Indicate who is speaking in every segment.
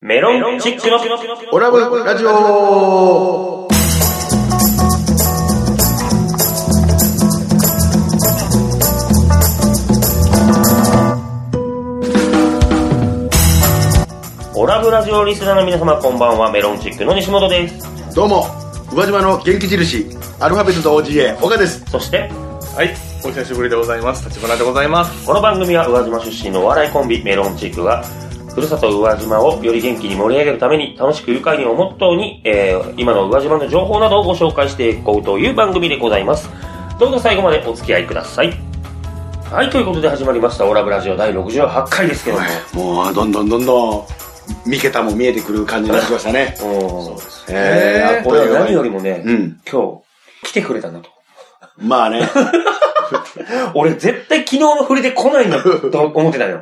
Speaker 1: メロンチックの
Speaker 2: オラブラジオ
Speaker 1: オラブラジオリスナーの皆様こんばんはメロンチックの西本です
Speaker 2: どうも宇和島の元気印アルファベットと OGA 岡です
Speaker 1: そして
Speaker 3: はい、お久しぶりでございます。立花でございます。
Speaker 1: この番組は宇和島出身のお笑いコンビメロンチックがふるさと宇和島をより元気に盛り上げるために楽しく愉快にをモットーに、えー今の宇和島の情報などをご紹介していこうという番組でございますどうぞ最後までお付き合いくださいはいということで始まりましたオラブラジオ第68回ですけども
Speaker 2: もうどんどんどんどん見桁も見えてくる感じになってきましたね
Speaker 1: そうです
Speaker 2: えー
Speaker 1: 俺は何よりもね、
Speaker 2: うん
Speaker 1: 今日来てくれたなと
Speaker 2: まあね
Speaker 1: 俺絶対昨日の振りで来ないんだと思ってたのよ。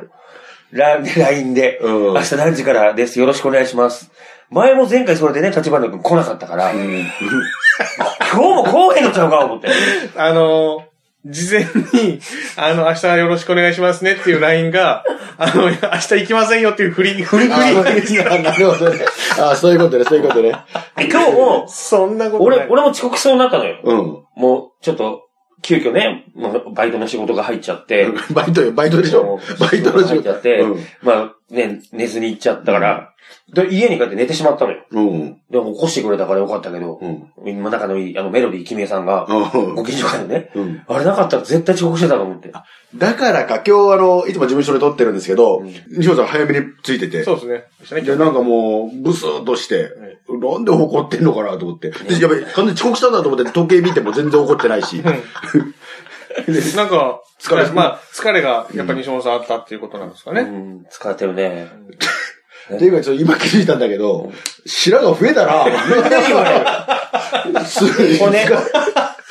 Speaker 1: ラで LINE で、
Speaker 2: うん
Speaker 1: 明日何時からです、よろしくお願いします。前も前回それでね、立花君来なかったから、 今日も来へんのちゃうか、思って。
Speaker 3: あのー、事前に、あの、明日よろしくお願いしますねっていう LINE が、あの、明日行きませんよっていう振り、振り
Speaker 2: あ
Speaker 3: 振り。
Speaker 2: ーなるほどねあーそういうことねそういうことね
Speaker 1: 今日も、
Speaker 3: そんなことな
Speaker 1: 俺、
Speaker 3: い。
Speaker 1: 俺も遅刻しそうになったのよ。
Speaker 2: うん
Speaker 1: もう、ちょっと、急遽ね、もうバイトの仕事が入っちゃって、
Speaker 2: バイトよバイトでしょ
Speaker 1: そう
Speaker 2: バイトの
Speaker 1: 仕事が入っ
Speaker 2: 仕
Speaker 1: ちゃっ
Speaker 2: 事
Speaker 1: て、
Speaker 2: うん
Speaker 1: まあ、ね、寝ずに行っちゃったから、で家に帰って寝てしまったのよ。
Speaker 2: うん
Speaker 1: でも起こしてくれたからよかったけど、
Speaker 2: うん
Speaker 1: 今仲のいい、あの、メロディー君江さんが、
Speaker 2: うん
Speaker 1: ご近所からね、
Speaker 2: うん
Speaker 1: あれなかったら絶対遅刻してたと思って。
Speaker 2: だからか、今日あの、いつも事務所で撮ってるんですけど、
Speaker 1: うん
Speaker 2: 西本さん早めについてて、
Speaker 3: そうですね。明日ね
Speaker 2: で、なんかもう、ブスーっとして、なんで怒ってんのかなと思って。で、やべ、完全に遅刻したんだと思って、時計見ても全然怒ってないし。
Speaker 3: なんか、
Speaker 2: 疲れ
Speaker 3: まあ、疲れが、やっぱ西本さんあったっていうことなんですか
Speaker 1: う
Speaker 3: ね。
Speaker 1: ん、使ってるね。
Speaker 2: っていうか、ちょっと今気づいたんだけど、白が増えたな。みんなに言われる。 すごい。
Speaker 1: これね、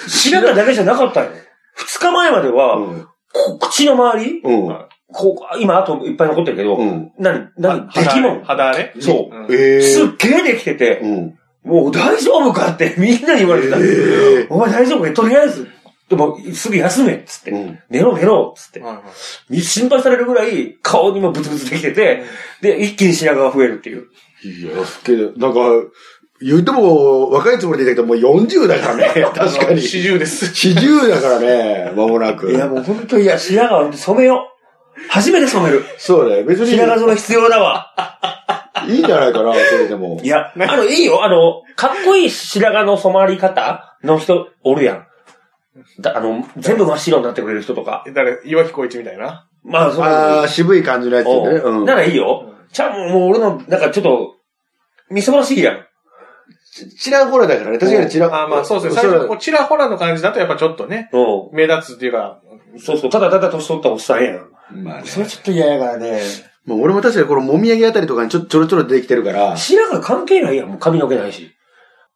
Speaker 1: 白髪だけじゃなかったのよ。二日前までは、
Speaker 2: うん。
Speaker 1: こ口の周り、
Speaker 2: うん。
Speaker 1: こう今あといっぱい残ってるけど、
Speaker 2: うん
Speaker 1: 何、何、で
Speaker 3: 肌
Speaker 1: き
Speaker 3: 荒
Speaker 1: も
Speaker 3: れ肌荒れ
Speaker 1: ん。そうう。
Speaker 3: ん
Speaker 2: え
Speaker 1: すっ
Speaker 2: ー。
Speaker 1: げえできてて、
Speaker 2: うん。
Speaker 1: もう大丈夫かって みんなに言われてた。
Speaker 2: え
Speaker 1: お前大丈夫かとりあえず、でもすぐ休めっつって、
Speaker 2: うん
Speaker 1: 寝ろ寝ろっつって、
Speaker 3: はいはい
Speaker 1: 心配されるぐらい顔にもブツブツできてて、で、一気に白髪が増えるっていう。
Speaker 2: ー。いや、すっげえ。なんか、言っても、若いつもりでいたけど、もう40だからね。確かに。
Speaker 3: 四十です。
Speaker 2: 40だからね、間もなく。
Speaker 1: いや、もう本当に、いや、白髪染めよう。初めて染める。
Speaker 2: そうだよ。別に、
Speaker 1: 白髪染め必要だわ。
Speaker 2: いいんじゃないかな、それでも
Speaker 1: い。や、あの、いいよ。あの、かっこいい白髪の染まり方の人、おるやん。だあの、全部真っ白になってくれる人とか。
Speaker 3: 誰、岩城浩一みたいな。
Speaker 1: まあ、そ
Speaker 2: あ
Speaker 1: の
Speaker 2: あ、渋い感じのやつ
Speaker 1: お
Speaker 2: ね。
Speaker 1: う
Speaker 2: うん
Speaker 1: な。らいいよ。ちゃん、もう俺の、なんかちょっと、みそばしいやん。
Speaker 2: ちらほらだからね。確かにちら
Speaker 3: あまあそうですね。
Speaker 2: そ
Speaker 3: 最
Speaker 2: う
Speaker 3: 初、こうちらほらの感じだとやっぱちょっとね、
Speaker 1: おう
Speaker 3: 目立つっていうか、
Speaker 1: そうそう、ただただ年取ったおっさんやん。
Speaker 2: まあね
Speaker 1: それちょっと嫌やからね。
Speaker 2: もう俺も確かにこのもみあげあたりとかにちょちょろちょろ出てきてるから、
Speaker 1: 白髪関係ないやん。もう髪の毛ないし。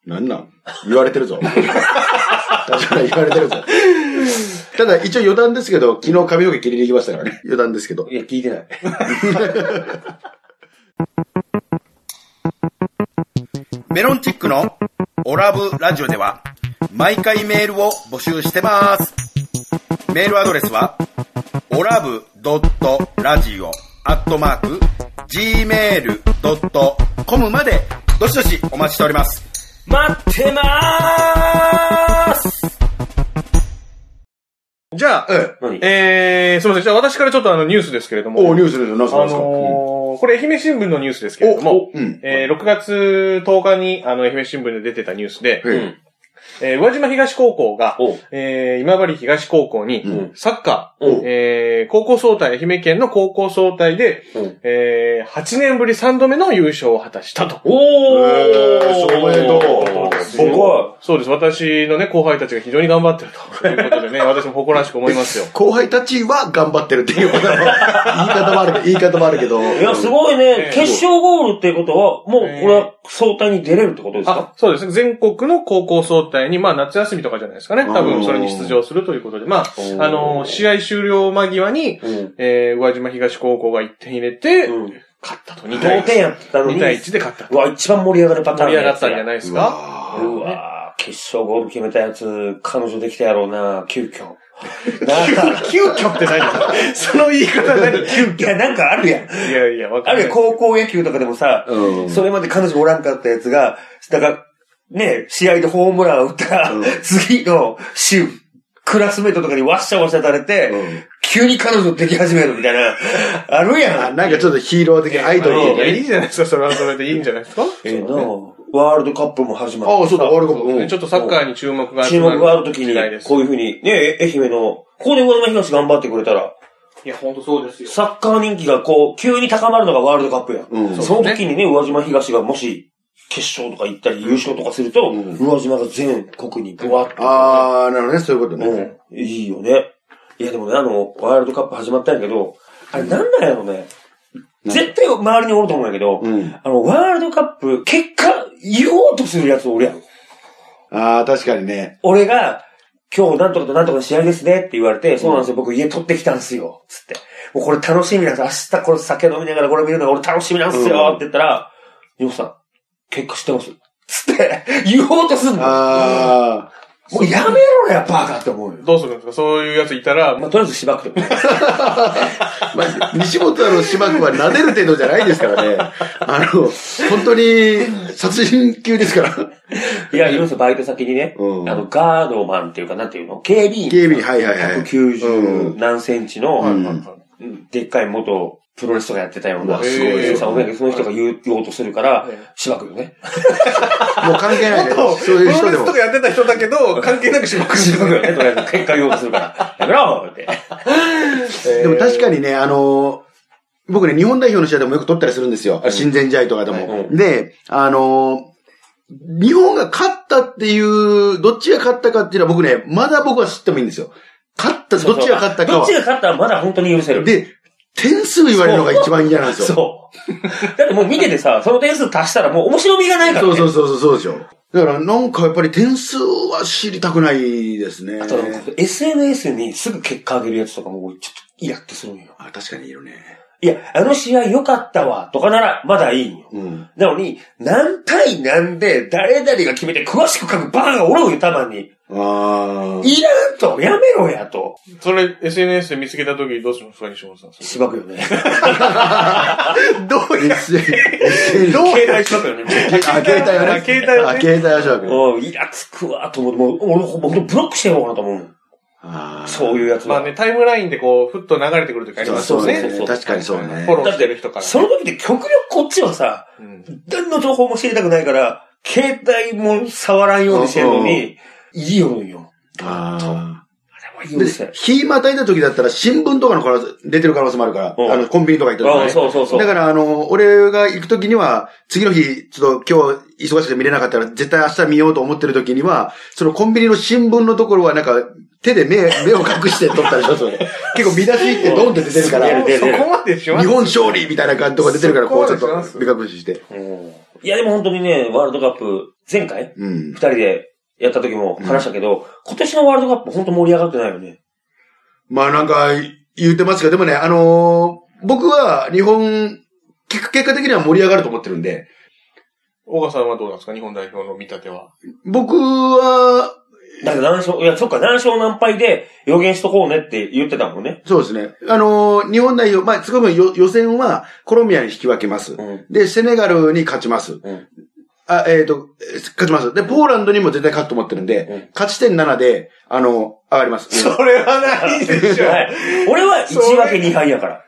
Speaker 2: なんなん言われてるぞ。確かに言われてるぞ。ただ一応余談ですけど、昨日髪の毛切りに行きましたからね。余談ですけど。
Speaker 1: いや、聞いてない。
Speaker 4: メロンチックのオラブラジオでは毎回メールを募集してます。メールアドレスはオラブドットラジオアットマーク gmail.com までどしどしお待ちしております。
Speaker 1: 待ってまーす
Speaker 3: じゃあ、
Speaker 1: 何
Speaker 3: えー、すみません。じゃあ私からちょっとあのニュースですけれども。
Speaker 2: おニュースですよ。何すか
Speaker 3: あの
Speaker 2: 何すか、
Speaker 3: ーこれ愛媛新聞のニュースですけれど
Speaker 2: お
Speaker 3: も
Speaker 2: お、うん
Speaker 3: えー6月10日にあの愛媛新聞で出てたニュースで、
Speaker 2: うん
Speaker 1: うん
Speaker 3: えー宇和島東高校が
Speaker 1: おう、
Speaker 3: えー今治東高校に、
Speaker 2: うん
Speaker 3: サッカー、
Speaker 1: おう
Speaker 3: えー高校総体、愛媛県の高校総体で、
Speaker 1: うん
Speaker 3: えー8年ぶり3度目の優勝を果たしたと。
Speaker 1: おー、
Speaker 2: えーおめでとう
Speaker 1: 僕は、
Speaker 3: そうです。私のね、後輩たちが非常に頑張ってるということ でね、私も誇らしく思いますよ。
Speaker 2: 後輩たちは頑張ってるっていうことの言い方もあるけど、言い方もあるけど。
Speaker 1: いや、す
Speaker 2: い。
Speaker 1: ごい
Speaker 3: え
Speaker 1: ね。
Speaker 3: ー
Speaker 1: 決勝ゴールっていうことは、もう、こ
Speaker 3: えー
Speaker 1: れは、相対に出れるってことです
Speaker 3: あ
Speaker 1: か、
Speaker 3: そうですね。全国の高校総体に、まあ夏休みとかじゃないですかね。多分それに出場するということで。まあ
Speaker 1: お、ー
Speaker 3: あのー、試合終了間際に、
Speaker 1: うん。
Speaker 3: えー、宇和島東高校が1点入れて、
Speaker 1: うん
Speaker 3: 勝ったと。
Speaker 1: 同
Speaker 3: 2対
Speaker 1: 点
Speaker 3: 1。
Speaker 1: やったのに。
Speaker 3: 2対1で勝った
Speaker 1: う。わ、一番盛り上がるパター
Speaker 3: 盛
Speaker 1: ン
Speaker 3: り上がったんじゃ
Speaker 1: い
Speaker 3: ないです
Speaker 2: う
Speaker 3: か
Speaker 2: わ
Speaker 1: うわ決勝ゴール決めたやつ、彼女できたやろうな、急遽。
Speaker 3: 急遽って 何その言い方何い
Speaker 1: いや、なんかあるやん。
Speaker 3: やいや、わ
Speaker 1: あ
Speaker 3: か
Speaker 1: る
Speaker 3: る
Speaker 1: い
Speaker 3: や
Speaker 1: は
Speaker 3: ん。
Speaker 1: 高校野球とかでもさ、
Speaker 2: うん
Speaker 1: それまで彼女おらんかったやつが、だから、ね、試合でホームラン打ったら、
Speaker 2: うん
Speaker 1: 次の週、クラスメイトとかにワッシャワッシャされて、
Speaker 2: うん
Speaker 1: 急に彼女でき始めるみたいな、あるや
Speaker 2: あ
Speaker 1: ん。
Speaker 2: なんかちょっとヒーロー的なアイドル
Speaker 3: い
Speaker 2: 的
Speaker 3: や、
Speaker 2: ない
Speaker 3: いじゃないですか、それはそれでいいんじゃないですか
Speaker 1: ええなワールドカップも始ま
Speaker 2: あ
Speaker 1: っ
Speaker 2: あ、そうだ、ワールドカップ。うん
Speaker 3: ちょっとサッカーに注目が
Speaker 1: た。
Speaker 3: 集
Speaker 1: 注
Speaker 3: ま
Speaker 1: 目
Speaker 3: る
Speaker 1: がある時に
Speaker 3: 時代で、す
Speaker 1: こういうふうに、ね、え愛媛の、ここで上沼東頑張ってくれたら、
Speaker 3: いや、本当そうですよ。
Speaker 1: サッカー人気がこう、急に高まるのがワールドカップやん。
Speaker 2: うん
Speaker 1: その時にね、宇和島東がもし、決勝とか行ったり優勝とかすると、
Speaker 2: うん
Speaker 1: 宇和島が全国にブワッと。
Speaker 2: ああ、なるほどね、そういうこと
Speaker 1: う
Speaker 2: ね。
Speaker 1: ん。いいよね。いやでもね、あの、ワールドカップ始まったんやけど、あれなんなんやろね。絶対周りにおると思うんやけど、
Speaker 2: うん。
Speaker 1: あの、ワールドカップ、結果、言おうとするやつ俺やん。
Speaker 2: ああ、確かにね。
Speaker 1: 俺が、今日なんとかとなんとかの試合ですねって言われて、そうなんですよ、僕家取ってきたんですよ、つって。もうこれ楽しみなんです。明日これ酒飲みながらこれ見るのが俺楽しみなんですよ、って言ったら、ニモさん、結果知ってますつって、言おうとすんの。
Speaker 2: ああ、
Speaker 1: もうやめろや、バカって思うよ。
Speaker 3: どうするんですかそういうやついたら、
Speaker 1: まあ、とりあえずしばくても。
Speaker 2: まあ、西本の島君は撫でる程度じゃないですからね。あの、本当に殺人級ですから。
Speaker 1: いや、いるんですよ、バイト先にね。
Speaker 2: うん
Speaker 1: あの、ガードマンっていうか、なんていうの警備員。
Speaker 2: 警備員はいはい はい
Speaker 1: 190
Speaker 2: う
Speaker 1: 何センチの、
Speaker 2: うん
Speaker 1: うんでっかい元、プロレスとかやってたよう
Speaker 2: う
Speaker 1: な、
Speaker 2: わす
Speaker 1: す
Speaker 2: ご
Speaker 1: ご
Speaker 2: い
Speaker 1: いおその人が言う言おうとするから
Speaker 3: ええ、
Speaker 1: しばくよね。
Speaker 2: もう関係ないね。
Speaker 3: プ
Speaker 2: そう
Speaker 3: ロ
Speaker 2: い
Speaker 3: レ
Speaker 2: う人で
Speaker 3: スと
Speaker 2: も
Speaker 3: か。やってた人だけど、関係なくしまく
Speaker 1: しば
Speaker 3: る。
Speaker 1: くよね、とりあえず結果言おうとするから。やめろって。
Speaker 2: でも確かにね、あの、僕ね、日本代表の試合でもよく取ったりするんですよ。親善試合とかでも。で、あの、日本が勝ったっていう、どっちが勝ったかっていうのは僕ね、まだ僕は知ってもいいんですよ。勝った、 どっちが勝ったか
Speaker 1: どっ
Speaker 2: は
Speaker 1: ち。が勝ったらまだ本当に許せる。
Speaker 2: で、点数言われるのが一番嫌なんですよ。
Speaker 1: そう。だってもう見ててさ、その点数足したらもう面白みがないから
Speaker 2: そう
Speaker 1: ね。
Speaker 2: そうそうそうそうでしょ。だからなんかやっぱり点数は知りたくないですね。
Speaker 1: あとなんか SNS にすぐ結果上げるやつとかも俺ちょっとイラッとするんよ。
Speaker 2: あ確かにいるね。
Speaker 1: いや、あの試合良かったわ、とかならまだいいんよ。
Speaker 2: うん。
Speaker 1: なのに、何対何で誰々が決めて詳しく書くバカがおるんよ、たまに。
Speaker 2: ああ。
Speaker 1: いらんと、やめろやと。
Speaker 3: それ、SNS で見つけた時どうしますか西本さん。
Speaker 1: しばくよね。
Speaker 2: どうやって
Speaker 3: どう
Speaker 1: 携帯しばくよね。
Speaker 2: あ、携帯は
Speaker 3: あ
Speaker 2: ね。
Speaker 3: 携帯は
Speaker 2: あ、
Speaker 3: ね
Speaker 2: 携帯はしば く。
Speaker 1: もうイラつくわと思って、もう、俺ほんとブロックしてやろうかなと思うもん。
Speaker 2: あー
Speaker 1: そういうやつ
Speaker 3: ま
Speaker 1: は。
Speaker 3: あね、タイムラインでこう、ふっと流れてくる時あり
Speaker 2: そう
Speaker 3: ま
Speaker 2: だ
Speaker 3: すよ
Speaker 2: そう
Speaker 3: ね。
Speaker 2: ね
Speaker 1: そうそうそう
Speaker 2: 確かにそうね
Speaker 3: フォ。ローしてる人から。
Speaker 1: その時で極力こっちはさ、
Speaker 3: うん
Speaker 1: 何の情報も知りたくないから、携帯も触らんようにしてるのに、いいよるんよ。
Speaker 2: あ
Speaker 1: あれ
Speaker 2: あ。
Speaker 1: は許せ
Speaker 2: で
Speaker 1: ない、。
Speaker 2: 日またいた時だったら新聞とかの可能性出てる可能性もあるか
Speaker 1: うん
Speaker 2: ら、あの、コンビニとか行った時
Speaker 1: あ
Speaker 2: ね。
Speaker 1: そうそうそう。
Speaker 2: だから、あの、俺が行く時には、次の日、ちょっと今日忙しくて見れなかったから、絶対明日見ようと思ってる時には、そのコンビニの新聞のところはなんか、手で目、目を隠して撮ったりします よね。結構見出しってドンって出てるか
Speaker 1: 出
Speaker 2: ら
Speaker 1: る、出る
Speaker 3: そこまでしま
Speaker 2: 日
Speaker 3: す
Speaker 2: 本勝利みたいな感じとか出てるから、こうちょっ
Speaker 3: そこまで
Speaker 2: と目隠しして。
Speaker 1: うんいや、でも本当にね、ワールドカップ、前回、
Speaker 2: うん
Speaker 1: 二。人でやった時も話したけど、今年のワールドカップ本当盛り上がってないよね。
Speaker 2: まあなんか言ってますが、でもね、あのー僕は日本、結結果的には盛り上がると思ってるんで、
Speaker 3: 大川さんはどうなんですか日本代表の見立ては。
Speaker 2: 僕は、
Speaker 1: だから何勝、いや、そっか、何勝何敗で予言しとこうねって言ってたもんね。
Speaker 2: そうですね。あのー日本代表、まあ、つくぶん予予選はコロンビアに引き分けます。
Speaker 1: ん。
Speaker 2: で、セネガルに勝ちます。
Speaker 1: うん
Speaker 2: あ、えっ、と、えー勝ちます。で、ポーランドにも絶対勝つと思ってるんで、
Speaker 1: うん
Speaker 2: 勝ち点7で、あの、上がります。
Speaker 3: それはないでしょ。
Speaker 1: はい。俺は1分け2敗やから。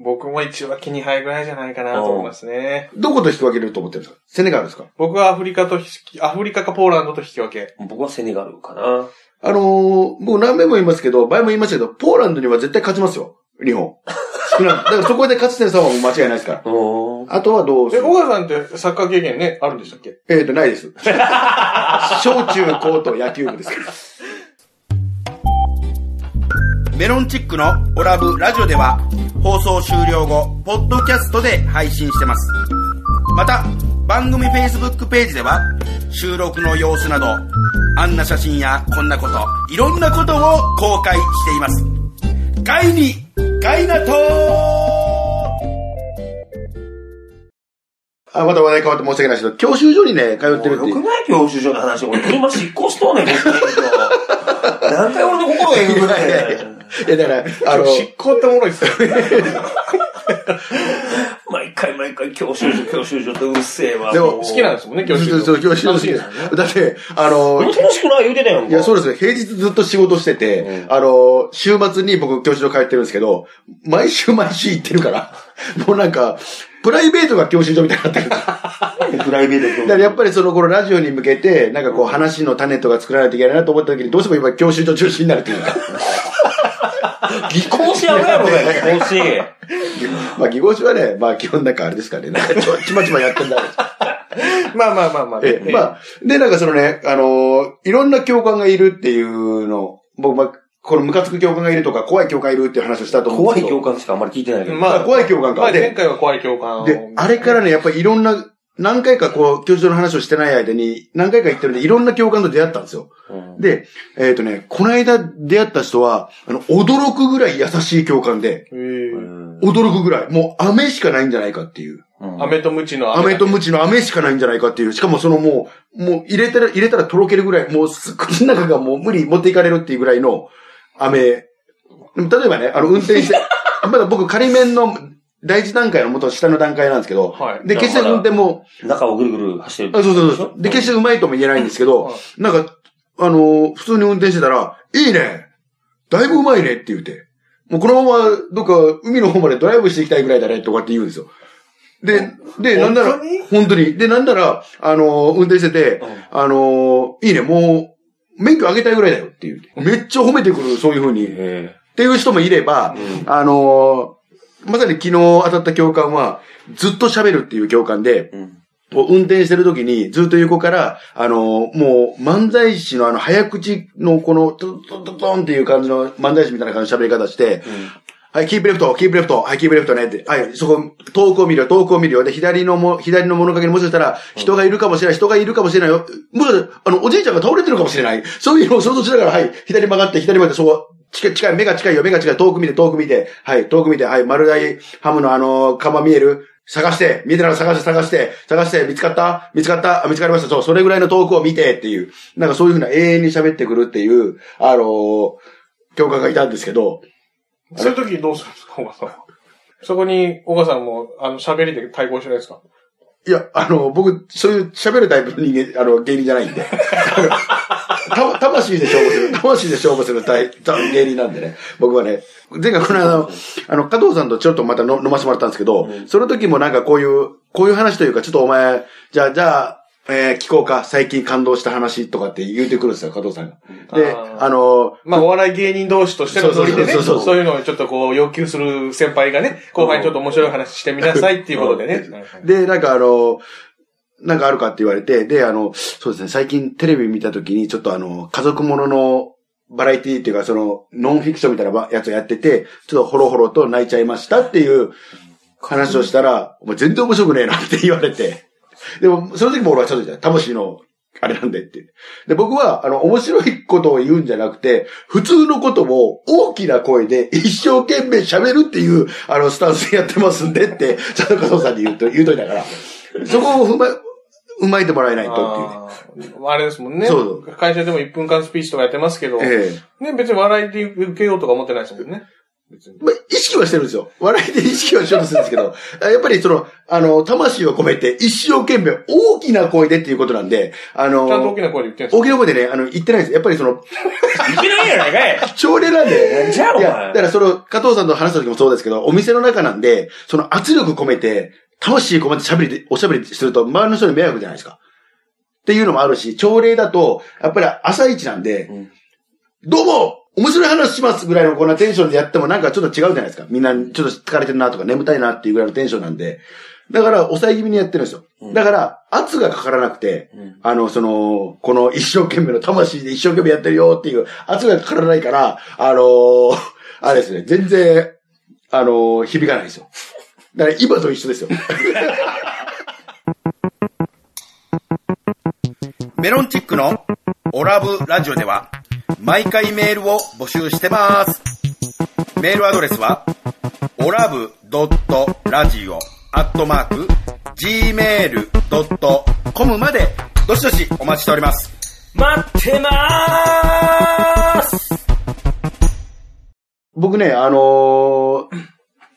Speaker 3: 僕も1分け2敗ぐらいじゃないかなと思いますね。
Speaker 2: どこと引き分けると思ってるんですかセネガルですか
Speaker 3: 僕はアフリカと引き、アフリカかポーランドと引き分け。
Speaker 1: 僕はセネガルかな。
Speaker 2: あのー僕何遍も言いますけど、前も言いましたけど、ポーランドには絶対勝ちますよ。日本。少ないだからそこで勝ち点3はもう間違いないですから。
Speaker 1: うん。
Speaker 2: あとはどうす
Speaker 3: え、
Speaker 2: る
Speaker 3: 大川さんってサッカー経験ね、あるんでしたっけ
Speaker 2: えっ、と、ない です。小中高と野球部です。
Speaker 4: メロンチックのオラブラジオでは放送終了後、ポッドキャストで配信してます。また、番組 Facebook ページでは収録の様子など、あんな写真やこんなこと、いろんなことを公開しています。ガイに、ガイナトー
Speaker 2: あ、また話題変わって申し訳ないですけど、教習所にね、通ってるっ
Speaker 1: よ
Speaker 2: てい
Speaker 1: く
Speaker 2: う。
Speaker 1: ない教習所の話。俺、車執行しとうねん、別に何回俺の心をえぐぐらいで。
Speaker 2: いや、だから、あの、
Speaker 3: 執行っておもろいっすよ ね。
Speaker 1: 毎回毎回教習所、教習所ってうるせえわ。
Speaker 2: でも
Speaker 1: う
Speaker 3: 好きなんですもんね、教
Speaker 2: そう
Speaker 3: 師。
Speaker 2: そう、教師の
Speaker 3: 楽
Speaker 2: 好
Speaker 3: し
Speaker 2: き
Speaker 3: い
Speaker 2: で
Speaker 3: ですすよね。
Speaker 2: だって、あの、
Speaker 1: 俺楽しくない言うてたやんか。
Speaker 2: いや、そうですね。平日ずっと仕事してて、あの、週末に僕、教師所帰ってるんですけど、毎週毎週行ってるから、 もうなんか、プライベートが教習所みたいになってる。
Speaker 1: プライベート
Speaker 2: だ
Speaker 1: で
Speaker 2: からやっぱりその頃ラジオに向けて、なんかこう話の種とか作らないといけないなと思った時に、どうしても今教習所中心になるっていう か。
Speaker 1: 技巧しやがやろが よ、技巧し。
Speaker 2: まあ、技巧書はね、まあ基本なんかあれですからね、なんかちょちまちまやってんだ。
Speaker 3: まあまあまあま あ。
Speaker 2: ええ、まあ、で、なんかそのね、あのーいろんな教官がいるっていうの、僕、まあ、このムカつく教官がいるとか、怖い教官いるっていう話をしたと思うん
Speaker 1: 怖
Speaker 2: で
Speaker 1: い
Speaker 2: すけど。
Speaker 1: 教官しかあんまり聞いてないけど。
Speaker 3: まあ、
Speaker 2: 怖い教官か
Speaker 3: まあ、
Speaker 2: で
Speaker 3: 前回は怖い教官を。
Speaker 2: で、あれからね、やっぱりいろんな、何回かこう、教授の話をしてない間に、何回か行ってるんで、いろんな教官と出会ったんですよ。で、えっ、とね、この間出会った人は、あの、驚くぐらい優しい教官で、
Speaker 3: えー。
Speaker 2: 驚くぐらい、もう飴しかないんじゃないかっていう。
Speaker 3: アメとムチの
Speaker 2: 飴とムチの飴しかないんじゃないかっていう。しかもそのもう、もう入れたら、入れたらとろけるぐらい、もうすっ 口の中がもう無理持っていかれるっていうぐらいの飴。でも例えばね、あの運 転して、まだ僕仮面の第一段階のもっと下の段階なんですけど、
Speaker 3: はい
Speaker 2: で、決して運転も、
Speaker 1: 中をぐるぐる走って
Speaker 2: あ
Speaker 1: る。
Speaker 2: そうそうそう。で、決してうまいとも言えないんですけど
Speaker 3: はい、
Speaker 2: なんか、あのー普通に運転してたら、いいねだいぶうまいねって言って。もうこのまま、どっか海の方までドライブしていきたいぐらいだねとかって言うんですよ。で、で、なんなら
Speaker 3: 本当に、
Speaker 2: 本当に。で、なんなら、あのー運転してて、あのーいいね、もう、免許あげたいぐらいだよって言って。めっちゃ褒めてくる、そういう風に。っていう人もいれば、あのーまさに昨日当たった教官は、ずっと喋るっていう教官で、こう運転してる時に、ずっと横から、あのーもう漫才師のあの早口のこの、トントントントンっていう感じの漫才師みたいな感じの喋り方して、はい、キープレフト、キープレフト、はい、キープレフトねって、はい、そこ、遠くを見るよ、遠くを見るよ。で、左のも、左の物陰にもしかしたら、人がいるかもしれない、人がいるかもしれないよ。もしかしたらあの、おじいちゃんが倒れてるかもしれない。そういうのを想像しながら、はい、左曲がって、左曲がって、そう、近い、近い、目が近いよ、目が近い、遠く見て、遠く見て、はい、遠く見て、はい、丸大ハムのあの、釜見える探して、見えてなら探して、探して、探して、見つかった見つかったあ見つかりました。そう、それぐらいの遠くを見てっていう、なんかそういうふうな永遠に喋ってくるっていう、あのー教官がいたんですけど、
Speaker 3: そういう時どうするんですか、小川さんは。そこに、小川さんも、あの、喋りで対抗しないですか
Speaker 2: いや、あの、僕、そういう喋るタイプの人間、あの、芸人じゃないんで。 た魂で勝負する、魂で勝負するタイた芸人なんでね。僕はね、前回この間、あのあの、加藤さんとちょっとまたの飲ませてもらったんですけど、その時もなんかこういう、こういう話というか、ちょっとお前、じゃあ、じゃあ、えー聞こうか、最近感動した話とかって言うてくるんですよ、加藤さんが。で、
Speaker 3: あー
Speaker 2: あの、
Speaker 3: まあ、お笑い芸人同士としてのノリでね、
Speaker 2: そうそうそうそう
Speaker 3: そういうのをちょっとこう、要求する先輩がね、後輩にちょっと面白い話してみなさいっていうこ とでね。
Speaker 2: で、なんかあの、なんかあるかって言われて、で、あの、そうですね、最近テレビ見たときに、ちょっとあの、家族もののバラエティっていうか、その、ノンフィクションみたいなやつをやってて、ちょっとホロホロと泣いちゃいましたっていう話をしたら、もう全然面白くねえなって言われて。でも、その時も俺はちょっと言った魂の、あれなんでって。で、僕は、あの、面白いことを言うんじゃなくて、普通のことを大きな声で一生懸命喋るっていう、あの、スタンスでやってますんでって、ちゃんと加藤さんに言うと、言うといたから、そこを踏ま、踏まえてもらえないとっていうね。
Speaker 3: あーあれですもんね
Speaker 2: そう。
Speaker 3: 会社でも1分間スピーチとかやってますけど、ね、
Speaker 2: ええ
Speaker 3: 別に笑いで受けようとか思ってないですもんね。別に。
Speaker 2: まあ、意識はしてるんですよ。笑いで意識はしようとするんですけど、 あやっぱりその、あの、魂を込めて一生懸命大きな声でっていうことなんで、あの、
Speaker 3: ちゃんと大きな声で言ってるんですよ
Speaker 2: 大きな声でね、あの、言ってないんです。やっぱりその、
Speaker 1: いけないやないかい
Speaker 2: 朝礼なんで、ね。
Speaker 1: じゃあお
Speaker 2: い
Speaker 1: 前
Speaker 2: や、だからその、加藤さんと話した時もそうですけど、お店の中なんで、その圧力込めて、魂込めて喋りで、おしゃべりすると、周りの人に迷惑じゃないですか。っていうのもあるし、朝礼だと、やっぱり朝一なんで、どうも面白い話しますぐらいのこんなテンションでやってもなんかちょっと違うじゃないですか。みんなちょっと疲れてるなとか眠たいなっていうぐらいのテンションなんで。だから抑え気味にやってるんですよ。だから圧がかからなくて、あの、その、この一生懸命の魂で一生懸命やってるよっていう圧がかからないから、あのーあれですね、全然、あのー響かないんですよ。だから今と一緒ですよ。
Speaker 4: メロンチックのオラブラジオでは毎回メールを募集してます。メールアドレスはオラブドットラジオアットマーク gmail.com までどしどしお待ちしております。
Speaker 1: 待ってまーす
Speaker 2: 僕ね、あのー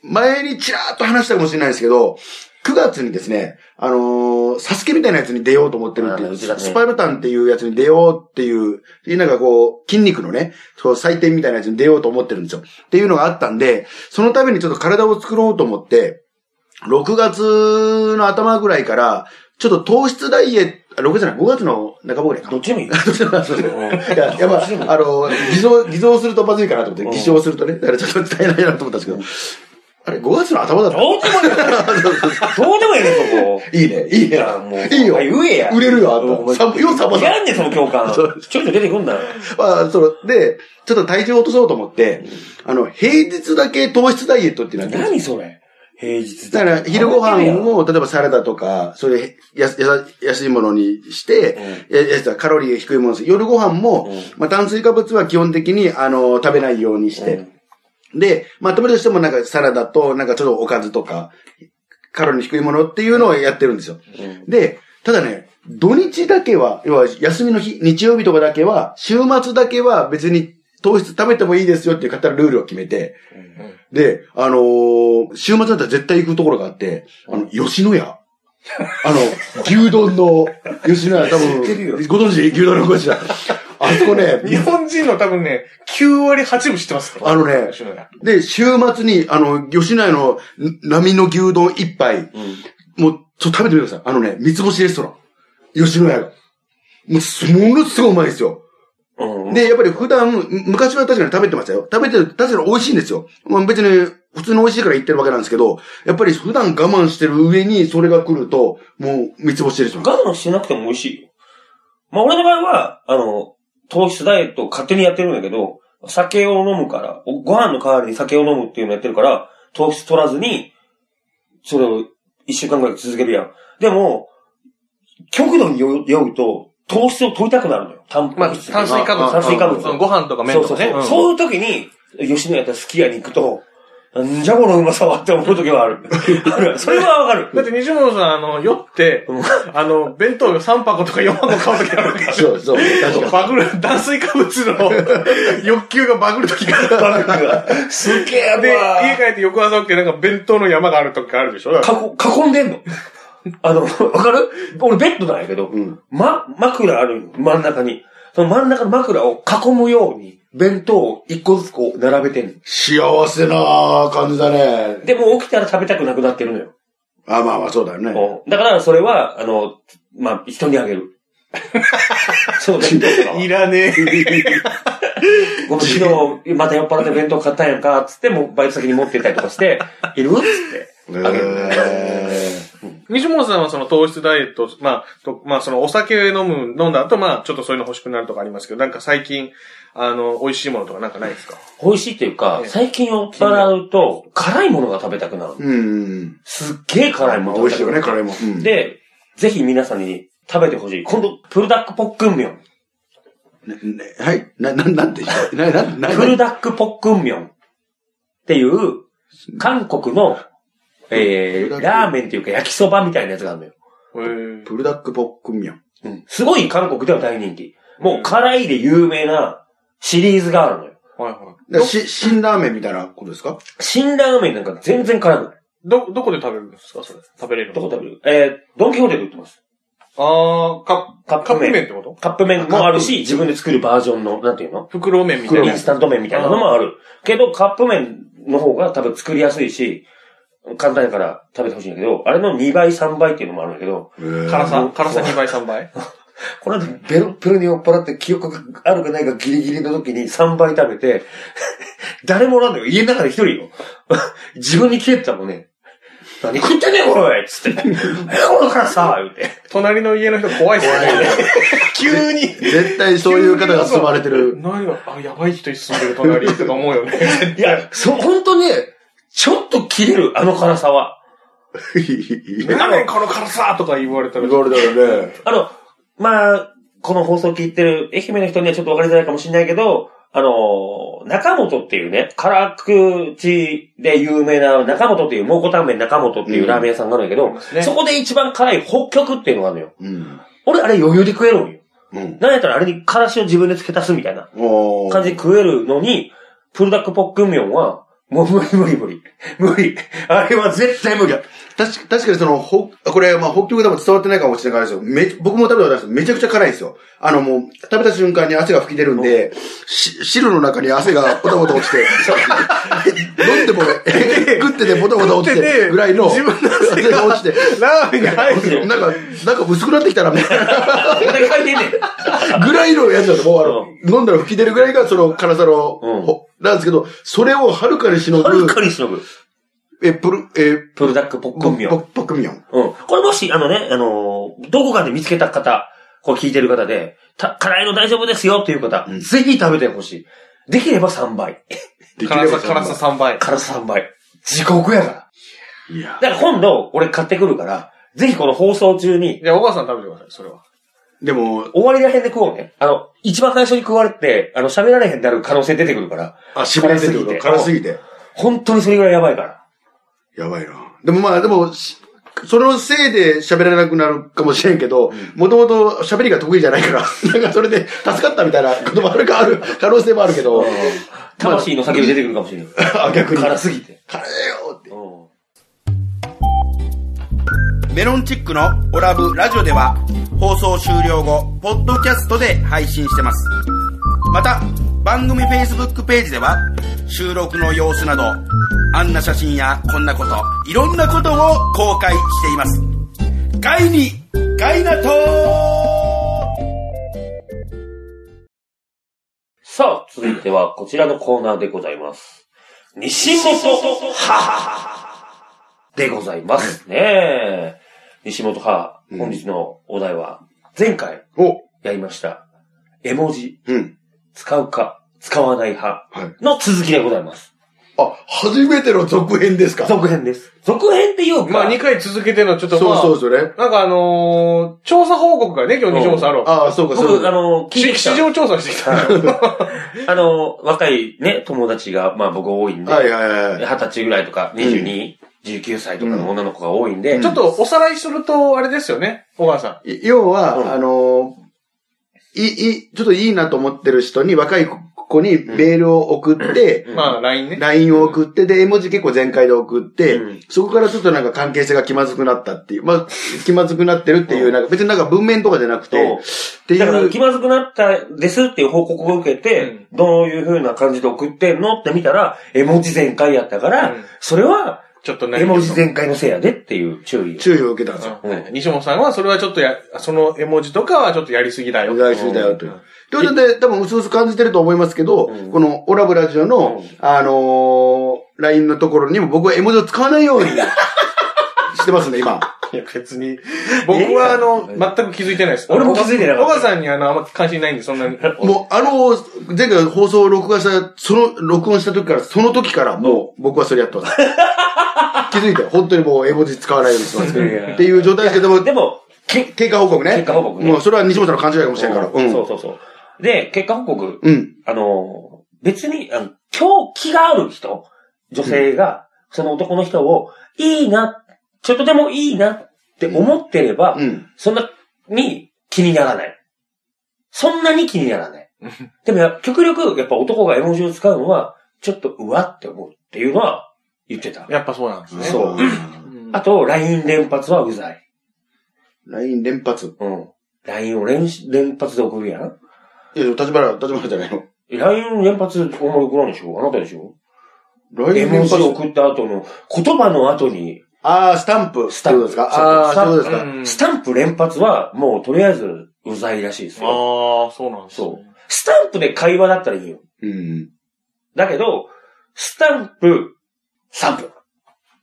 Speaker 2: 前にちらっと話したかもしれないですけど、9月にですね、あのーサスケみたいなやつに出ようと思ってるってい
Speaker 1: あー
Speaker 2: う、
Speaker 1: うちだね
Speaker 2: スパイロタンっていうやつに出ようっていう、なんかこう、筋肉のね、そう、祭典みたいなやつに出ようと思ってるんですよ。っていうのがあったんで、そのためにちょっと体を作ろうと思って、6月の頭ぐらいから、ちょっと糖質ダイエット、あ6月じゃない、5月の中ぼぐらいか。
Speaker 1: どっちで もいいよ。
Speaker 2: そうそうそういや、やっぱ、あの、偽造、偽造するとまずいかなと思って、偽証するとね、だからちょっと伝えないなと思ったんですけど、あれ、5月の頭だった
Speaker 1: どうでもいいよ。どうでもいいよ、そこ。
Speaker 2: いいね、いいね。
Speaker 1: やもう
Speaker 2: いいよ。
Speaker 1: はい上や
Speaker 2: 売れるよ、あ
Speaker 1: お前
Speaker 2: と。さよ、サボさん。
Speaker 1: やんねん、その共感。ち
Speaker 2: そ
Speaker 1: ょ
Speaker 2: う
Speaker 1: いちょい出てくんな。
Speaker 2: まあ、その、で、ちょっと体重を落とそうと思って、あの、平日だけ糖質ダイエットっていうのやってるんですよ
Speaker 1: 何それ平日
Speaker 2: だから、昼ご飯
Speaker 1: を。
Speaker 2: を、例えばサラダとか、それ、やす、やさ安いものにして、ややつカロリーが低いものです。夜ご飯も、まあ、炭水化物は基本的に、あの、食べないようにして。で、まとめるとしても、なんかサラダと、なんかちょっとおかずとか、カロリー低いものっていうのをやってるんですよ。で、ただね、土日だけは、要は休みの日、日曜日とかだけは、週末だけは別に糖質食べてもいいですよっていう方のルールを決めて、で、あのー週末だったら絶対行くところがあって、あの、吉野家。あの、牛丼の、吉野家多分、ご存知牛丼のご存知だ。あそこね、
Speaker 3: 日本人の多分ね、9割8分知ってますから
Speaker 2: あのね
Speaker 3: 吉野家
Speaker 2: で、週末に、あの、吉野家のん波の牛丼一杯、もう、ちょっと食べてみてください。あのね、三つ星レストラン。吉野家が。もうす、ものすごいうまいですよ。
Speaker 1: うん。
Speaker 2: で、やっぱり普段、む昔は確かに食べてましたよ。食べてる、確かに美味しいんですよ。まあ別に、普通に美味しいから言ってるわけなんですけど、やっぱり普段我慢してる上にそれが来ると、もう三つ星レストラン。
Speaker 1: 我慢してなくても美味しいよ。まあ、俺の場合は、あの、糖質ダイエットを勝手にやってるんだけど、酒を飲むから、おご飯の代わりに酒を飲むっていうのやってるから、糖質取らずに、それを一週間ぐらい続けるやん。でも、極度に酔酔うと、糖質を取りたくなるのよ。タン
Speaker 3: ま
Speaker 1: パ
Speaker 3: あ、
Speaker 1: ク質とか。
Speaker 3: 炭水化物。
Speaker 1: 炭水化物
Speaker 3: うんご飯とか麺
Speaker 1: そう
Speaker 3: と
Speaker 1: そ
Speaker 3: か
Speaker 1: うそう。
Speaker 3: ね。うん
Speaker 1: そういう時に、吉野家とすき家に行くと、なんじゃこのうまさはって思う時はある。あるそれはわか る。
Speaker 3: だって西本さん、あの、酔って
Speaker 1: う、
Speaker 3: あの、弁当3箱とか4箱買うときあるわけでし ょ
Speaker 2: そうそう、確かに。
Speaker 3: バグる、炭水化物の 欲求がバグるときがある。
Speaker 1: すげえ
Speaker 3: で、
Speaker 1: わ
Speaker 3: 家帰って翌朝起きてなんか弁当の山があるときあるでしょだから
Speaker 1: かこ囲んでんの。あの、わかる俺ベッドなんやけど、ま、枕あるよ真ん中に。その真ん中の枕を囲むように、弁当を一個ずつこう並べてんの。
Speaker 2: 幸せな感じだね。
Speaker 1: でも起きたら食べたくなくなってるのよ。
Speaker 2: あ、まあまあそうだよね。
Speaker 1: うんだからそれは、あの、まあ、人にあげる。そうだ、
Speaker 3: いらね
Speaker 1: ごめん、昨日、また酔っ払って弁当買ったんやんか、つって、もうバイト先に持ってったりとかして、いるっつって、あげる。
Speaker 2: えー
Speaker 3: え。西本さんはその糖質ダイエット、まあ、とまあそのお酒飲む、飲んだ後、まあちょっとそういうの欲しくなるとかありますけど、なんか最近、あの、美味しいものとかなんかないですか
Speaker 1: 美味しいっていうか
Speaker 3: え、え
Speaker 1: 最近酔っ払うと、辛いものが食べたくなる。
Speaker 2: うん。
Speaker 1: すっげえ辛いも
Speaker 2: まあ
Speaker 1: の
Speaker 2: 美味しいよね、カレー
Speaker 1: も。
Speaker 2: も。うん
Speaker 1: で、ぜひ皆さんに食べてほしい。今度、プルダックポックンミョン。
Speaker 2: ねねはいな、な、なんて言った な、な、な、
Speaker 1: プル
Speaker 2: な、
Speaker 1: ダックポックンミョンっていう、韓国の、え
Speaker 2: プ
Speaker 1: ー、
Speaker 2: ルダック
Speaker 1: ラーメンっていうか焼きそばみたいなやつがあるのよ。
Speaker 3: へー
Speaker 2: プルダックポックンミョン。
Speaker 1: うんすごい韓国では大人気。もう辛いで有名なシリーズがあるのよ。
Speaker 3: はいは
Speaker 2: だからし、辛ラーメンみたいなことですか
Speaker 1: 辛ラーメンなんか全然辛くない。
Speaker 3: い。ど、どこで食べるんですかそれ。食べれる
Speaker 1: どこ食
Speaker 3: る
Speaker 1: べるえー、ドンキホーテで売ってます。
Speaker 3: あー、カッ
Speaker 1: カップ
Speaker 3: カップ
Speaker 1: 麺。
Speaker 3: 麺ってこと
Speaker 1: カップ麺もあるし、自分で作るバージョンの、なんていうの
Speaker 3: 袋麺みたい
Speaker 1: イ
Speaker 3: な
Speaker 1: ン。スタント麺みたいなのもある。けど、カップ麺の方が多分作りやすいし、簡単だから食べてほしいんだけど、あれの2倍、3倍っていうのもあるんだけど、
Speaker 3: 辛さ辛さ2倍3倍
Speaker 1: これベロッベロに酔っ払って記憶があるかないかギリギリの時に3倍食べて、 誰もおらんのよ。家の中で一人よ。 自分に切れてたもんね。何食ってんねん、これつって。 え、この辛さ言う て。
Speaker 3: 隣の家の人怖いっすね。急に。
Speaker 2: 絶対そういう方が住まれてる。
Speaker 3: 何が、あ、やばい人住んでる隣とか思う よね。
Speaker 1: いや、そ、本当ね、ちょっと切れる、あの辛さは。
Speaker 3: 何この辛さとか言われたら。
Speaker 2: ゴールドね。
Speaker 1: あの、まあ、この放送聞いてる愛媛の人にはちょっとわかりづらいかもしれないけど、あの、中本っていうね、辛口で有名な中本っていう、蒙古タンメン中本っていうラーメン屋さんがあるんだけど、
Speaker 3: ね
Speaker 1: そこで一番辛い北極っていうのがあるのよ。
Speaker 2: うん。
Speaker 1: 俺あれ余裕で食えるんよ。
Speaker 2: うん。
Speaker 1: なんやったらあれに辛子を自分で付け足すみたいな
Speaker 2: おー
Speaker 1: 感じで食えるのに、プルダックポックンミョンは、もう無理無理無理。無理。あれは絶対無 理。
Speaker 2: 確か確かにその、ほ、これ、まあ、北極でも伝わってないかもしれないですよ。め、僕も食べたことあるんですけど、めちゃくちゃ辛いんですよ。あの、もう、食べた瞬間に汗が吹き出るんで、し、汁の中に汗がポタポタ落ちて、 飲んでも、え食っててポタポタ落ち
Speaker 3: 食って
Speaker 2: て、
Speaker 3: て
Speaker 2: ぐらいの、
Speaker 3: 自分の汗
Speaker 2: 汗
Speaker 3: が
Speaker 2: が落ちて、
Speaker 3: ラーメンが入る。
Speaker 2: なんか、なんか薄くなってきたら、みたいな
Speaker 1: 絶対書いてんねん。
Speaker 2: ぐらいのやつだと、もうあの、飲んだら吹き出るぐらいが、その辛さの、
Speaker 1: うん
Speaker 2: ほなんですけど、それをはるかにしの
Speaker 1: はる
Speaker 2: ぐ、
Speaker 1: かにしのぐ。
Speaker 2: え、プル、え、
Speaker 1: プルダックポックンミョン。
Speaker 2: ポポックミヨン。
Speaker 1: うん。これもし、あのね、あのーどこかで見つけた方、こう聞いてる方で、た辛いの大丈夫ですよっていう方、
Speaker 2: うん
Speaker 1: ぜひ食べてほしい。できれば3倍。
Speaker 2: できれ
Speaker 3: 辛
Speaker 2: ば
Speaker 3: さ、辛さ3倍。
Speaker 1: 辛さ3倍。地獄やから。
Speaker 2: いや。
Speaker 1: だから今度、俺買ってくるから、ぜひこの放送中に、
Speaker 3: じゃあ、おばあさん食べてください、それは。
Speaker 2: でも、
Speaker 1: 終わりらへんで食おうね。あの、一番最初に食われて、あの、喋られへんなる可能性出てくるから、
Speaker 2: あ、絞られてるけど、辛
Speaker 1: 辛
Speaker 2: す
Speaker 1: す
Speaker 2: ぎて。
Speaker 1: 本当にそれぐらいやばいから。
Speaker 2: やばいな。でもまあ、でも、しそのせいで喋らなくなるかもしれんけど、もともと喋りが得意じゃないから、 なんかそれで助かったみたいなこともあるか、ある、可能性もあるけど、
Speaker 1: 魂の叫び出てくるかもしれない。
Speaker 2: あ、逆に。
Speaker 1: 辛すぎて。
Speaker 2: 辛いよって。
Speaker 1: うん。
Speaker 4: メロンチックのオラブラジオでは放送終了後、ポッドキャストで配信してます。また、番組 Facebook ページでは収録の様子など、あんな写真やこんなこと、いろんなことを公開しています。ガイに、ガイナトー
Speaker 1: さあ、続いてはこちらのコーナーでございます。西本母でございますね。西本母、
Speaker 2: うん
Speaker 1: 本日のお題は、前回
Speaker 2: お、
Speaker 1: やりました、絵文字、
Speaker 2: うん。
Speaker 1: 使うか、使わない派
Speaker 2: はい。
Speaker 1: の続きでございます。
Speaker 2: あ、初めての続編ですか。
Speaker 1: 続編です。続編っていうか、
Speaker 3: まあ、2回続けてのちょっとまあ、
Speaker 2: そうそうですよね。
Speaker 3: なんかあのー、調査報告がね、今日西本さんあるわ
Speaker 2: ああ、そうか、そう
Speaker 1: 僕、あ
Speaker 2: か。
Speaker 1: の、
Speaker 3: け
Speaker 1: 聞いてきた
Speaker 3: 市。場調査してきた。
Speaker 1: あの、若いね、友達が、まあ僕多いんで、
Speaker 2: はいはいはい。
Speaker 1: 二十歳ぐらいとか、22、19歳とかの女の子が多いんで、
Speaker 3: ちょっとおさらいすると、あれですよね、小川さ
Speaker 2: い要は、
Speaker 1: うん
Speaker 2: あの、いい、いちょっといいなと思ってる人に、若い子にメールを送って、
Speaker 3: ん。まあ、LINE ね。
Speaker 2: LINE を送って、で、絵文字結構全開で送って、
Speaker 1: うん
Speaker 2: そこからちょっとなんか関係性が気まずくなったっていう、まあ、気まずくなってるっていう、なんか別になんか文面とかじゃなくて、
Speaker 1: そう
Speaker 2: ってい
Speaker 1: だから、
Speaker 2: う
Speaker 1: 気、まずくなったですっていう報告を受けて、
Speaker 3: うん
Speaker 1: どういう風な感じで送ってんのって見たら、絵文字全開やったから、
Speaker 3: うん
Speaker 1: それは、
Speaker 3: ちょっと
Speaker 1: 絵文字全開のせいやでっていう注意を。
Speaker 2: 注意を受けたんですよ。
Speaker 3: うん西本さんは、それはちょっとや、その絵文字とかはちょっとやりすぎだよ。
Speaker 2: お願いするだよという。ということで、多分、うすうす感じてると思いますけど、
Speaker 1: うん
Speaker 2: この、オラブラジオ
Speaker 1: う
Speaker 2: の、
Speaker 1: ん
Speaker 2: あのー、LINE のところにも僕は絵文字を使わないように してますね、今。
Speaker 3: いや、別に。僕は、あの、全く気づいてないです。
Speaker 1: 俺も気づいてなかった
Speaker 3: 小川さんに、あの、あんま関心ないんで、そんなに。
Speaker 2: もう、あの、前回放送を録画した、その、録音した時から、その時から、もう、僕はそれやっ てます。気づいて、本当にもう、絵文字使わないようにしてます
Speaker 1: いやいや
Speaker 2: っていう状態ですけども、
Speaker 1: でも、け
Speaker 2: 経過報告ね。
Speaker 1: 結果報告ね
Speaker 2: もう、それは西本さんの勘違いかもしれんから。うん。
Speaker 1: そうそうそう。で、結果報告、
Speaker 2: うん。
Speaker 1: あの、別に、あの狂気がある人、女性が、その男の人を、いいな、ちょっとでもいいなって思ってれば、
Speaker 2: うん。
Speaker 1: そんなに気にならない。そんなに気にならない。でもや、極力、やっぱ男が絵文字を使うのは、ちょっとうわって思うっていうのは言ってた。
Speaker 3: やっぱそうなんですね。
Speaker 2: そう。
Speaker 3: うん。
Speaker 1: あと、LINE 連発はうざい。
Speaker 2: LINE 連発。
Speaker 1: うん。LINE を連し連発で送るやん。
Speaker 2: いや、でも立花、立花じゃないの。
Speaker 1: LINE 連発、お前送らんでしょあなたでしょ絵
Speaker 2: LINE 連
Speaker 1: 文字
Speaker 2: 発。
Speaker 1: 送った後の、言葉の後に、
Speaker 2: あー、スタンプ。
Speaker 1: スタンプ
Speaker 2: そうですか。あー、
Speaker 1: スタン
Speaker 2: そ
Speaker 1: プ
Speaker 2: うですか。
Speaker 3: うん
Speaker 1: スタンプ連発は、もうとりあえず、うざいらしいですよ。
Speaker 3: ああ、そうなんですね
Speaker 1: そスタンプで会話だったらいいよ。
Speaker 2: うん。
Speaker 1: だけど、スタンプ、3分。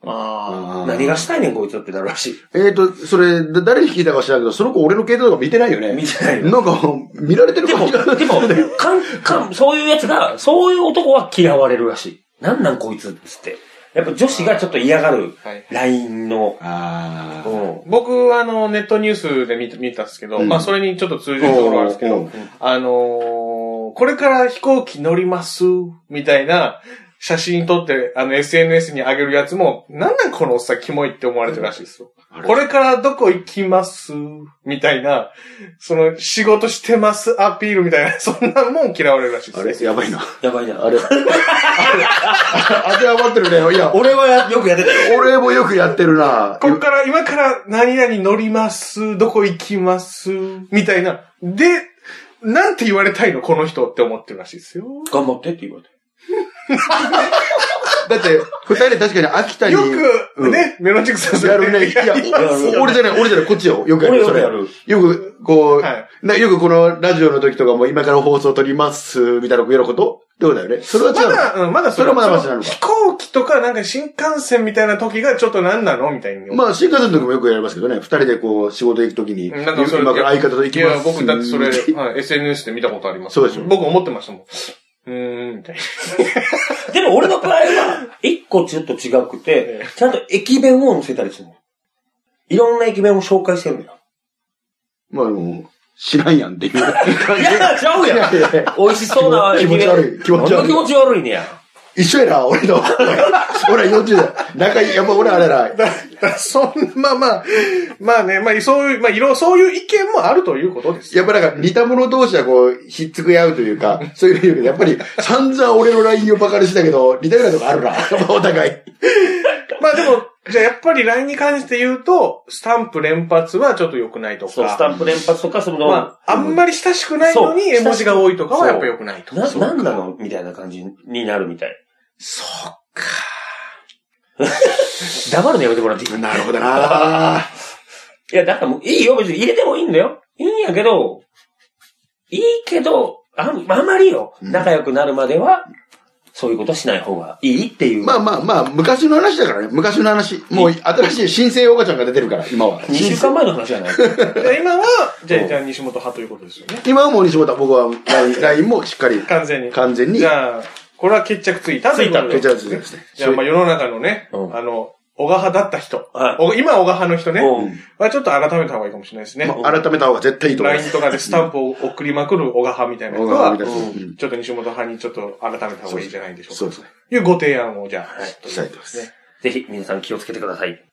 Speaker 3: あ
Speaker 2: あー
Speaker 1: 何がしたいねん、こいつってなるらしい。
Speaker 2: えーと、それ、だ誰に聞いたか知らんけど、その子俺の携帯とか見てないよね。
Speaker 1: 見てないよ。
Speaker 2: なんか、見られてる
Speaker 1: でも、
Speaker 2: 感じが。
Speaker 1: でも、 かん、かん、そういうやつが、そういう男は嫌われるらしい。なんなんこいつっつって。やっぱ女子がちょっと嫌がる
Speaker 3: あ。はい。
Speaker 1: LINE の、
Speaker 2: あ
Speaker 1: う
Speaker 2: ー
Speaker 1: ん。
Speaker 3: 僕、あの、ネットニュースで見た見たんですけど、
Speaker 2: うん
Speaker 3: まあ、それにちょっと通じるところがあるんですけ
Speaker 2: うんう
Speaker 3: ど
Speaker 2: ん、
Speaker 3: あのーこれから飛行機乗ります、みたいな、写真撮って、あの、SNS に上げるやつも、なんなんこのおっさんキモいって思われてるらしいですよ。
Speaker 2: あれ
Speaker 3: これからどこ行きますみたいな、その、仕事してますアピールみたいな、そんなもん嫌われるらしいで
Speaker 2: あ
Speaker 3: すよ
Speaker 2: れ。やばいな。
Speaker 1: やばいな。
Speaker 2: あれ。あれ当てはまってるね。いや、
Speaker 1: 俺はよくやってたよ。
Speaker 2: 俺もよくやってるな。
Speaker 3: こっから、今から何々乗ります、どこ行きます、みたいな。で、なんて言われたいのこの人って思ってるらしいですよ。
Speaker 1: 頑張ってって言われて。
Speaker 2: だって、二人で確かに秋田に。
Speaker 3: よく、ね、メロンチックさん
Speaker 2: やるね。いや、お俺じゃない、俺じゃない、こっちよ。よくやる、それ。よく、こ
Speaker 3: は
Speaker 2: う、なよくこのラジオの時とかも今から放送撮ります、みたいなことやることってことだよね。それは違
Speaker 3: ま
Speaker 2: うの。
Speaker 3: だ、うん、まだ
Speaker 2: それはまだマシ
Speaker 3: そ
Speaker 2: な
Speaker 3: の
Speaker 2: のか
Speaker 3: 飛行機とかなんか新幹線みたいな時がちょっと何なのみたいに。
Speaker 2: まあ、新幹線の時もよくやりますけどね。二人でこう、仕事行く時に、
Speaker 3: う
Speaker 2: 今
Speaker 3: ん
Speaker 2: か
Speaker 3: なんからそれ
Speaker 2: 相方と行
Speaker 3: い
Speaker 2: きます。
Speaker 3: や、僕だってそれ、はい、SNS で見たことあります。
Speaker 2: そうでしょ
Speaker 3: 僕思ってましたもん。うーん、みたいな。
Speaker 1: でも俺の場合は、一個ちょっと違くて、ちゃんと駅弁を載せたりするの。いろんな駅弁を紹介してるのよ。
Speaker 2: まあ、あの、知らんやんっていう感
Speaker 1: いや、ちゃうやん
Speaker 2: いやいや。
Speaker 1: 美味しそうな
Speaker 2: 気持ち悪い気持ち悪い
Speaker 1: なんで気持ち悪いねや。
Speaker 2: じ。一緒やな、俺と。俺は40代。仲いい。やっぱ俺あれやな。
Speaker 3: そんまあまあ、まあね、まあそういう、まあいろ、そういう意見もあるということですよ。
Speaker 2: やっぱなんか似た者同士はこう、ひっつく合うというか、そういうの言うけど、やっぱり散々俺の LINE をバカにしたけど、似たようなとこあるな。 お互い。
Speaker 3: まあでも、じゃあやっぱり LINE に関して言うと、スタンプ連発はちょっと良くないとか。
Speaker 1: そう、スタンプ連発とか、その、
Speaker 3: まあ、あんまり親しくないのに
Speaker 1: そう
Speaker 3: 絵文字が多いとかはやっぱ良くないと。
Speaker 1: な、なんなのみたいな感じになるみたい。
Speaker 3: そ
Speaker 1: 黙るのやめてもらっていい
Speaker 2: なるほどなぁ。
Speaker 1: いや、だからもういいよ、別に入れてもいいんだよ。いいんやけど、いいけど、あんあんまりよ、仲良くなるまでは、そういうことはしない方がいいっていう。
Speaker 2: まあまあまあ、昔の話だからね。昔の話。もう新しい新生おばちゃんが出てるから、今は。
Speaker 1: 2週間前の話じゃない。
Speaker 3: うか。じゃあ今は、じゃあ、じゃあ西本派ということですよね。
Speaker 2: 今はもう西本は僕は LINE LINE もしっかり
Speaker 3: 完全に。
Speaker 2: 完全に
Speaker 3: じゃあ、これは決着ついたということで
Speaker 2: ペチャついてますね。
Speaker 3: じゃあ、まあ世の中のね、
Speaker 1: うん
Speaker 3: あの、小川派だった人。
Speaker 1: はい
Speaker 3: お今小川派の人ね。
Speaker 1: うん
Speaker 3: はちょっと改めた方がいいかもしれないですね。
Speaker 2: まあ改めた方が絶対いいと思いま
Speaker 3: LINE
Speaker 2: す。
Speaker 3: とかでスタンプを送りまくる小川派みたいな人
Speaker 2: 小川
Speaker 3: は、
Speaker 2: 派みたいな人
Speaker 3: うんちょっと西本派にちょっと改めた方がいいじゃないでしょうか。
Speaker 2: そうですね。
Speaker 3: いうご提案を、じゃあ、
Speaker 2: したいと思います。
Speaker 1: ぜひ皆さん気をつけてください。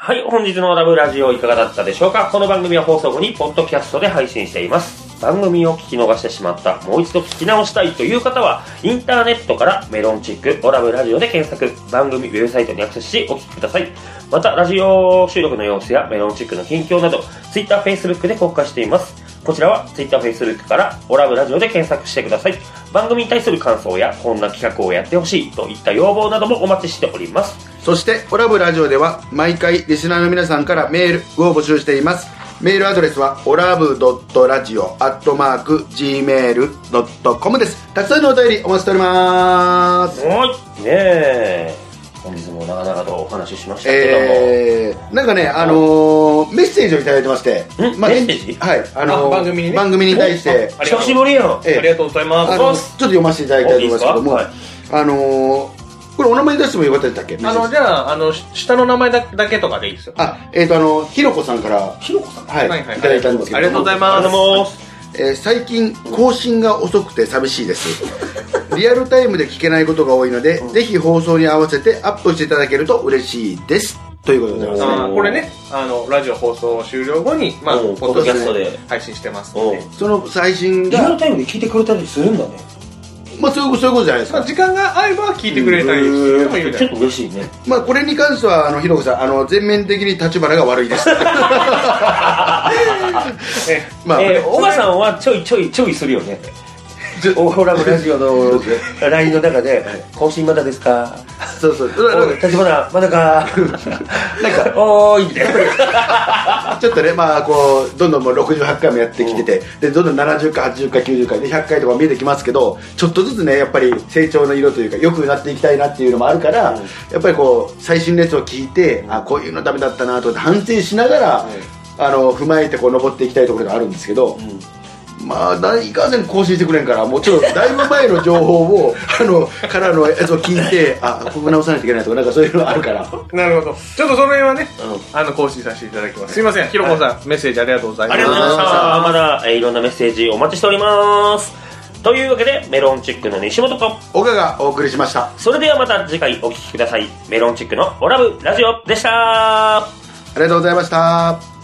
Speaker 1: はい、本日のラブラジオいかがだったでしょうかこの番組は放送後にポッドキャストで配信しています。番組を聞き逃してしまった、もう一度聞き直したいという方は、インターネットからメロンチック、オラブラジオで検索、番組ウェブサイトにアクセスしお聞きください。また、ラジオ収録の様子やメロンチックの近況など、Twitter、Facebook で公開しています。こちらは Twitter、Facebook からオラブラジオで検索してください。番組に対する感想や、こんな企画をやってほしいといった要望などもお待ちしております。
Speaker 2: そして、オラブラジオでは、毎回、リスナーの皆さんからメールを募集しています。メールアドレスは、オラブドットラジオアットマーク Gmail.com です。たくさんのお便りお待ちしております。
Speaker 1: はい。ねえ。本日も長々とお話ししましたけども。
Speaker 2: えー、なんかね、あのー、メッセージをいただいてまして、
Speaker 1: んメッセージ
Speaker 2: はい、あのー
Speaker 3: あ番組にね
Speaker 2: 番組に対して、
Speaker 3: ありが
Speaker 1: 久
Speaker 3: とう
Speaker 1: しぶりやん。
Speaker 2: ええ
Speaker 3: ありがとうござい
Speaker 2: あ
Speaker 3: ま
Speaker 2: のちょっ
Speaker 3: す。
Speaker 2: と読ませていただきたいと思いますけども、
Speaker 1: いいで
Speaker 2: あのー、これお名前出してもよかったでしたっけ
Speaker 3: あの、じゃあ、あの、し下の名前だだけとかでいいですよ。
Speaker 2: あ、えっ、と、あの、ひろこさんから、
Speaker 1: ひろこさん。
Speaker 2: はい、
Speaker 3: はい
Speaker 2: い
Speaker 3: はい
Speaker 2: ただいたんですけども
Speaker 3: ありがとうござい
Speaker 1: あ
Speaker 3: ます。
Speaker 1: のもー
Speaker 2: えー最近更新が遅くて寂しいです リアルタイムで聞けないことが多いので、ぜひ放送に合わせてアップしていただけると嬉しいですということでございます
Speaker 3: あーこれね、あの、ラジオ放送終了後に、まあ、
Speaker 1: うん
Speaker 3: ポッドキャス
Speaker 1: ポ
Speaker 3: ト
Speaker 1: ッドキャ
Speaker 3: で
Speaker 1: ストで
Speaker 3: 配信してます
Speaker 1: お
Speaker 3: の
Speaker 1: う
Speaker 3: で。
Speaker 2: その最新
Speaker 1: リアル
Speaker 2: が、
Speaker 1: タイムで聞いてくれたりするんだね。
Speaker 2: まあ、そういうそういうことじゃないです
Speaker 3: まあ、
Speaker 2: か、
Speaker 3: 時間が合えば聞いてくれたりしてもいいんじ
Speaker 1: ちょっ
Speaker 3: ゃな
Speaker 1: と
Speaker 3: い
Speaker 1: 嬉しいね。
Speaker 2: まあ、これに関してはあのひろこさんあの全面的に立花が悪いです まあ、
Speaker 1: えー、小川さんはちょいちょいちょいするよね。オーラブラジオ の LINE の中で、更新まだですか
Speaker 2: そうそう
Speaker 1: おい、立花、まだか なんか、 おーいみたいな。
Speaker 2: ちょっとねまあこうどんどんもう68回もやってきてて、でどんどん70回80回90回で100回とか見えてきますけどちょっとずつねやっぱり成長の色というか良くなっていきたいなっていうのもあるから、やっぱりこう最新のやつを聞いて、あこういうのダメだったなとか反省しながら、あの踏まえてこう登っていきたいところがあるんですけど、まあ、何かんせん更新してくれんから、もうちょっとだいぶ前の情報を、 あの、からのやつを聞いて、あ、ここ直さないといけないとか、なんかそういうのがあるから。
Speaker 3: なるほど。ちょっとその辺はね、あの、更新させていただきます。すいません、ひろこさん、メッセージありがとうござい
Speaker 1: あ
Speaker 3: ま
Speaker 1: り
Speaker 3: す
Speaker 1: がとうございました。まだ、えーいろんなメッセージお待ちしております。というわけで、メロンチックの西本と、
Speaker 2: 岡がお送りしました。
Speaker 1: それではまた次回お聴きください。メロンチックのオラブラジオでした
Speaker 2: ありがとうございました。